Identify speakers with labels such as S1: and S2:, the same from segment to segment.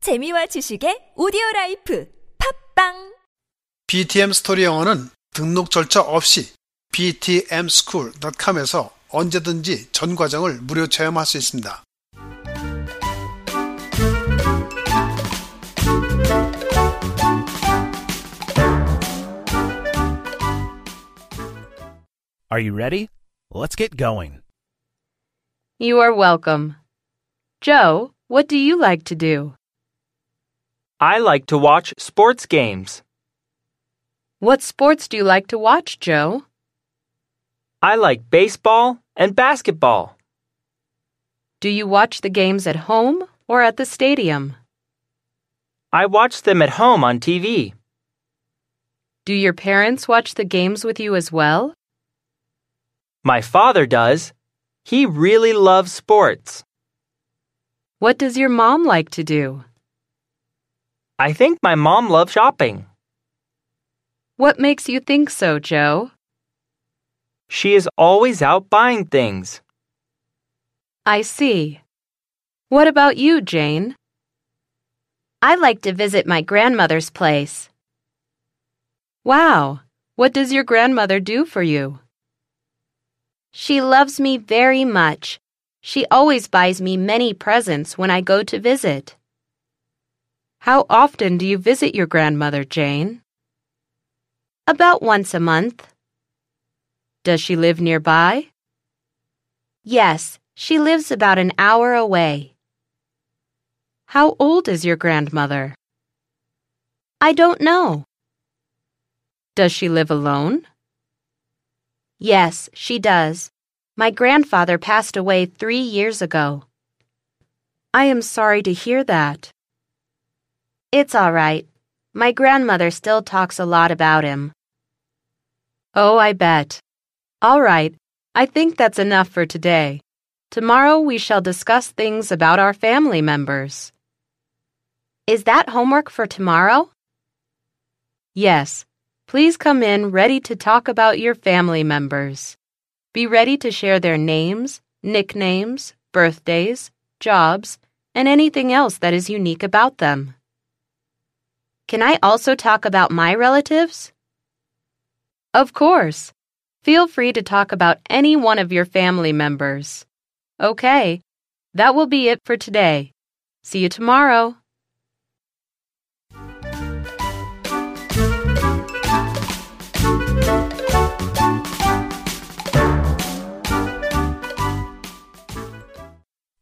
S1: 재미와 지식의 오디오 라이프 팝빵
S2: BTM 스토리 영어는 등록 절차 없이 btmschool.com에서 언제든지 전 과정을 무료 체험할 수 있습니다.
S3: Are you ready? Let's get going.
S4: You are welcome. Joe, what do you like to do?
S5: I like to watch sports games.
S4: What sports do you like to watch, Joe?
S5: I like baseball and basketball.
S4: Do you watch the games at home or at the stadium?
S5: I watch them at home on TV.
S4: Do your parents watch the games with you as well?
S5: My father does. He really loves sports.
S4: What does your mom like to do?
S5: I think my mom loves shopping.
S4: What makes you think so, Joe?
S5: She is always out buying things.
S4: I see. What about you, Jane? I like to visit my grandmother's place. Wow. What does your grandmother do for you? She loves me very much. She always buys me many presents when I go to visit. How often do you visit your grandmother, Jane? About once a month. Does she live nearby? Yes, she lives about an hour away. How old is your grandmother? I don't know. Does she live alone? Yes, she does. My grandfather passed away three years ago. I am sorry to hear that. It's all right. My grandmother still talks a lot about him. Oh, I bet. All right. I think that's enough for today. Tomorrow we shall discuss things about our family members. Is that homework for tomorrow? Yes. Please come in ready to talk about your family members. Be ready to share their names, nicknames, birthdays, jobs, and anything else that is unique about them. Can I also talk about my relatives? Of course. Feel free to talk about any one of your family members. Okay, that will be it for today. See you tomorrow.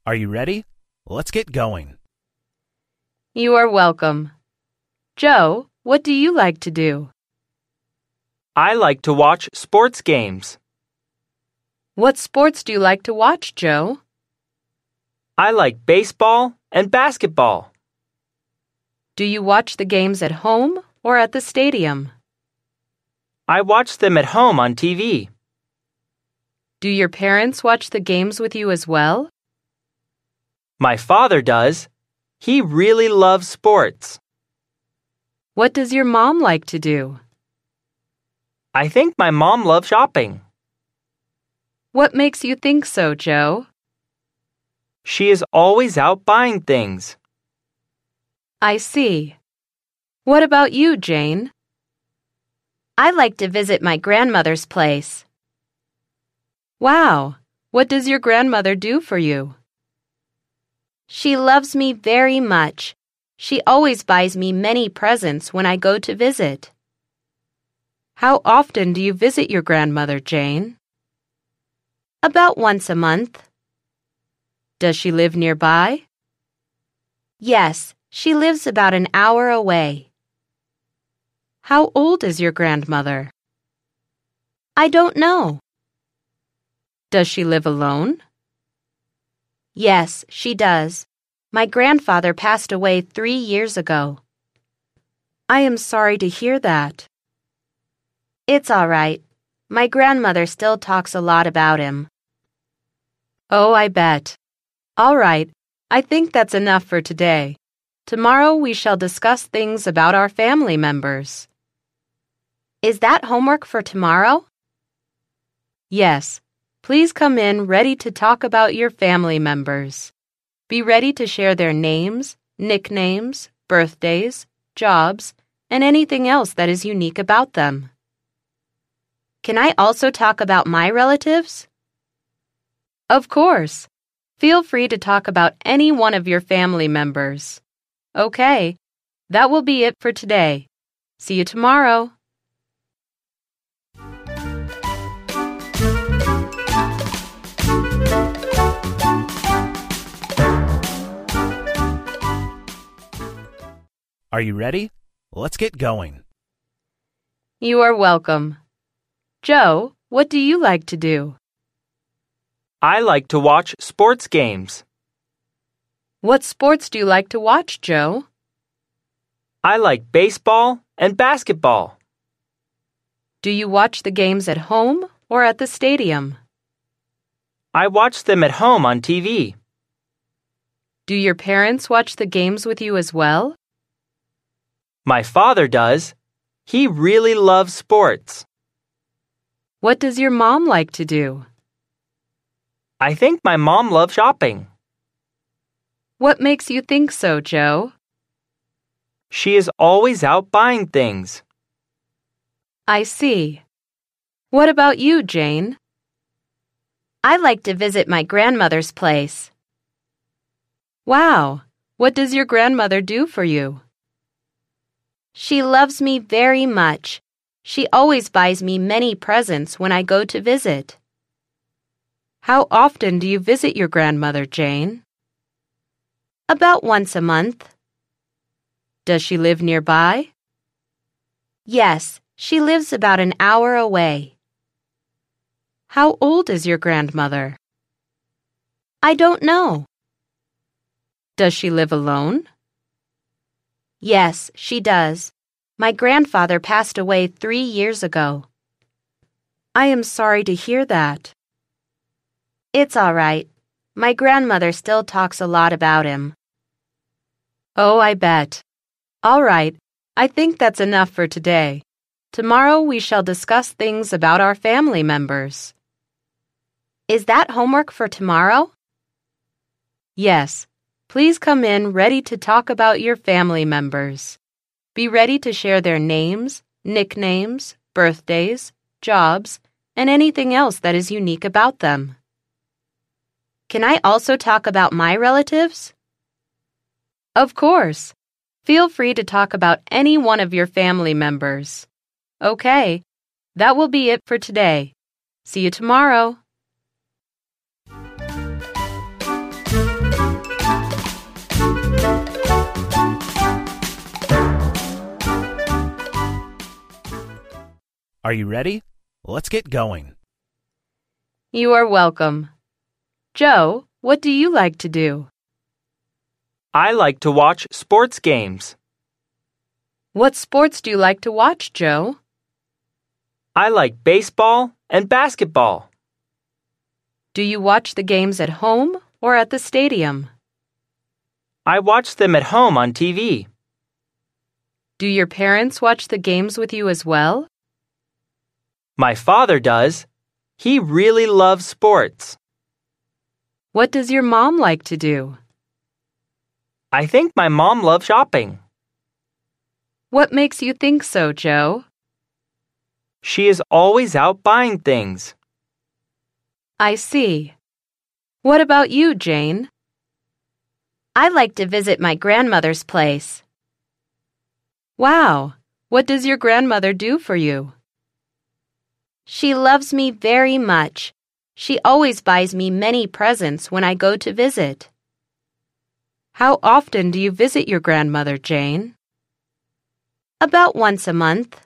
S3: Are you ready? Let's get going.
S4: You are welcome. Joe, what do you like to do?
S5: I like to watch sports games.
S4: What sports do you like to watch, Joe?
S5: I like baseball and basketball.
S4: Do you watch the games at home or at the stadium?
S5: I watch them at home on TV.
S4: Do your parents watch the games with you as well?
S5: My father does. He really loves sports.
S4: What does your mom like to do?
S5: I think my mom loves shopping.
S4: What makes you think so, Joe?
S5: She is always out buying things.
S4: I see. What about you, Jane? I like to visit my grandmother's place. Wow. What does your grandmother do for you? She loves me very much. She always buys me many presents when I go to visit. How often do you visit your grandmother, Jane? About once a month. Does she live nearby? Yes, she lives about an hour away. How old is your grandmother? I don't know. Does she live alone? Yes, she does. My grandfather passed away three years ago. I am sorry to hear that. It's all right. My grandmother still talks a lot about him. Oh, I bet. All right. I think that's enough for today. Tomorrow we shall discuss things about our family members. Is that homework for tomorrow? Yes. Please come in ready to talk about your family members. Be ready to share their names, nicknames, birthdays, jobs, and anything else that is unique about them. Can I also talk about my relatives? Of course. Feel free to talk about any one of your family members. Okay, that will be it for today. See you tomorrow.
S3: Are you ready? Let's get going.
S4: You are welcome. Joe, what do you like to do?
S5: I like to watch sports games.
S4: What sports do you like to watch, Joe?
S5: I like baseball and basketball.
S4: Do you watch the games at home or at the stadium?
S5: I watch them at home on TV.
S4: Do your parents watch the games with you as well?
S5: My father does. He really loves sports.
S4: What does your mom like to do?
S5: I think my mom loves shopping.
S4: What makes you think so, Joe?
S5: She is always out buying things.
S4: I see. What about you, Jane? I like to visit my grandmother's place. Wow. What does your grandmother do for you? She loves me very much. She always buys me many presents when I go to visit. How often do you visit your grandmother, Jane? About once a month. Does she live nearby? Yes, she lives about an hour away. How old is your grandmother? I don't know. Does she live alone? Yes, she does. My grandfather passed away three years ago. I am sorry to hear that. It's all right. My grandmother still talks a lot about him. Oh, I bet. All right. I think that's enough for today. Tomorrow we shall discuss things about our family members. Is that homework for tomorrow? Yes. Please come in ready to talk about your family members. Be ready to share their names, nicknames, birthdays, jobs, and anything else that is unique about them. Can I also talk about my relatives? Of course. Feel free to talk about any one of your family members. Okay, that will be it for today. See you tomorrow.
S3: Are you ready? Let's get going.
S4: You are welcome. Joe, what do you like to do?
S5: I like to watch sports games.
S4: What sports do you like to watch, Joe?
S5: I like baseball and basketball.
S4: Do you watch the games at home or at the stadium?
S5: I watch them at home on TV.
S4: Do your parents watch the games with you as well?
S5: My father does. He really loves sports.
S4: What does your mom like to do?
S5: I think my mom loves shopping.
S4: What makes you think so, Joe?
S5: She is always out buying things.
S4: I see. What about you, Jane? I like to visit my grandmother's place. Wow. What does your grandmother do for you? She loves me very much. She always buys me many presents when I go to visit. How often do you visit your grandmother, Jane? About once a month.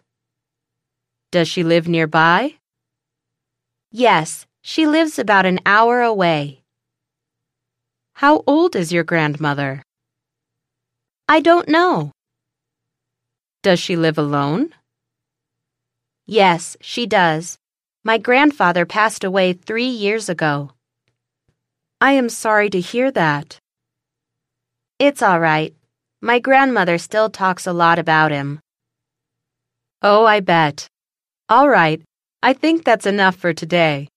S4: Does she live nearby? Yes, she lives about an hour away. How old is your grandmother? I don't know. Does she live alone? Yes, she does. My grandfather passed away three years ago. I am sorry to hear that. It's all right. My grandmother still talks a lot about him. Oh, I bet. All right. I think that's enough for today.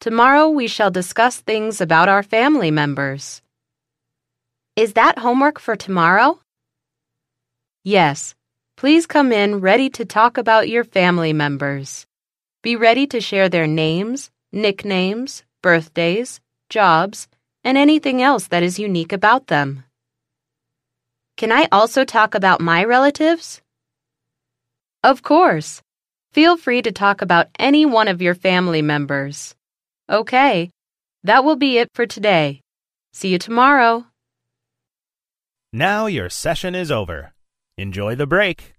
S4: Tomorrow we shall discuss things about our family members. Is that homework for tomorrow? Yes. Please come in ready to talk about your family members. Be ready to share their names, nicknames, birthdays, jobs, and anything else that is unique about them. Can I also talk about my relatives? Of course. Feel free to talk about any one of your family members. Okay, that will be it for today. See you tomorrow.
S3: Now your session is over. Enjoy the break.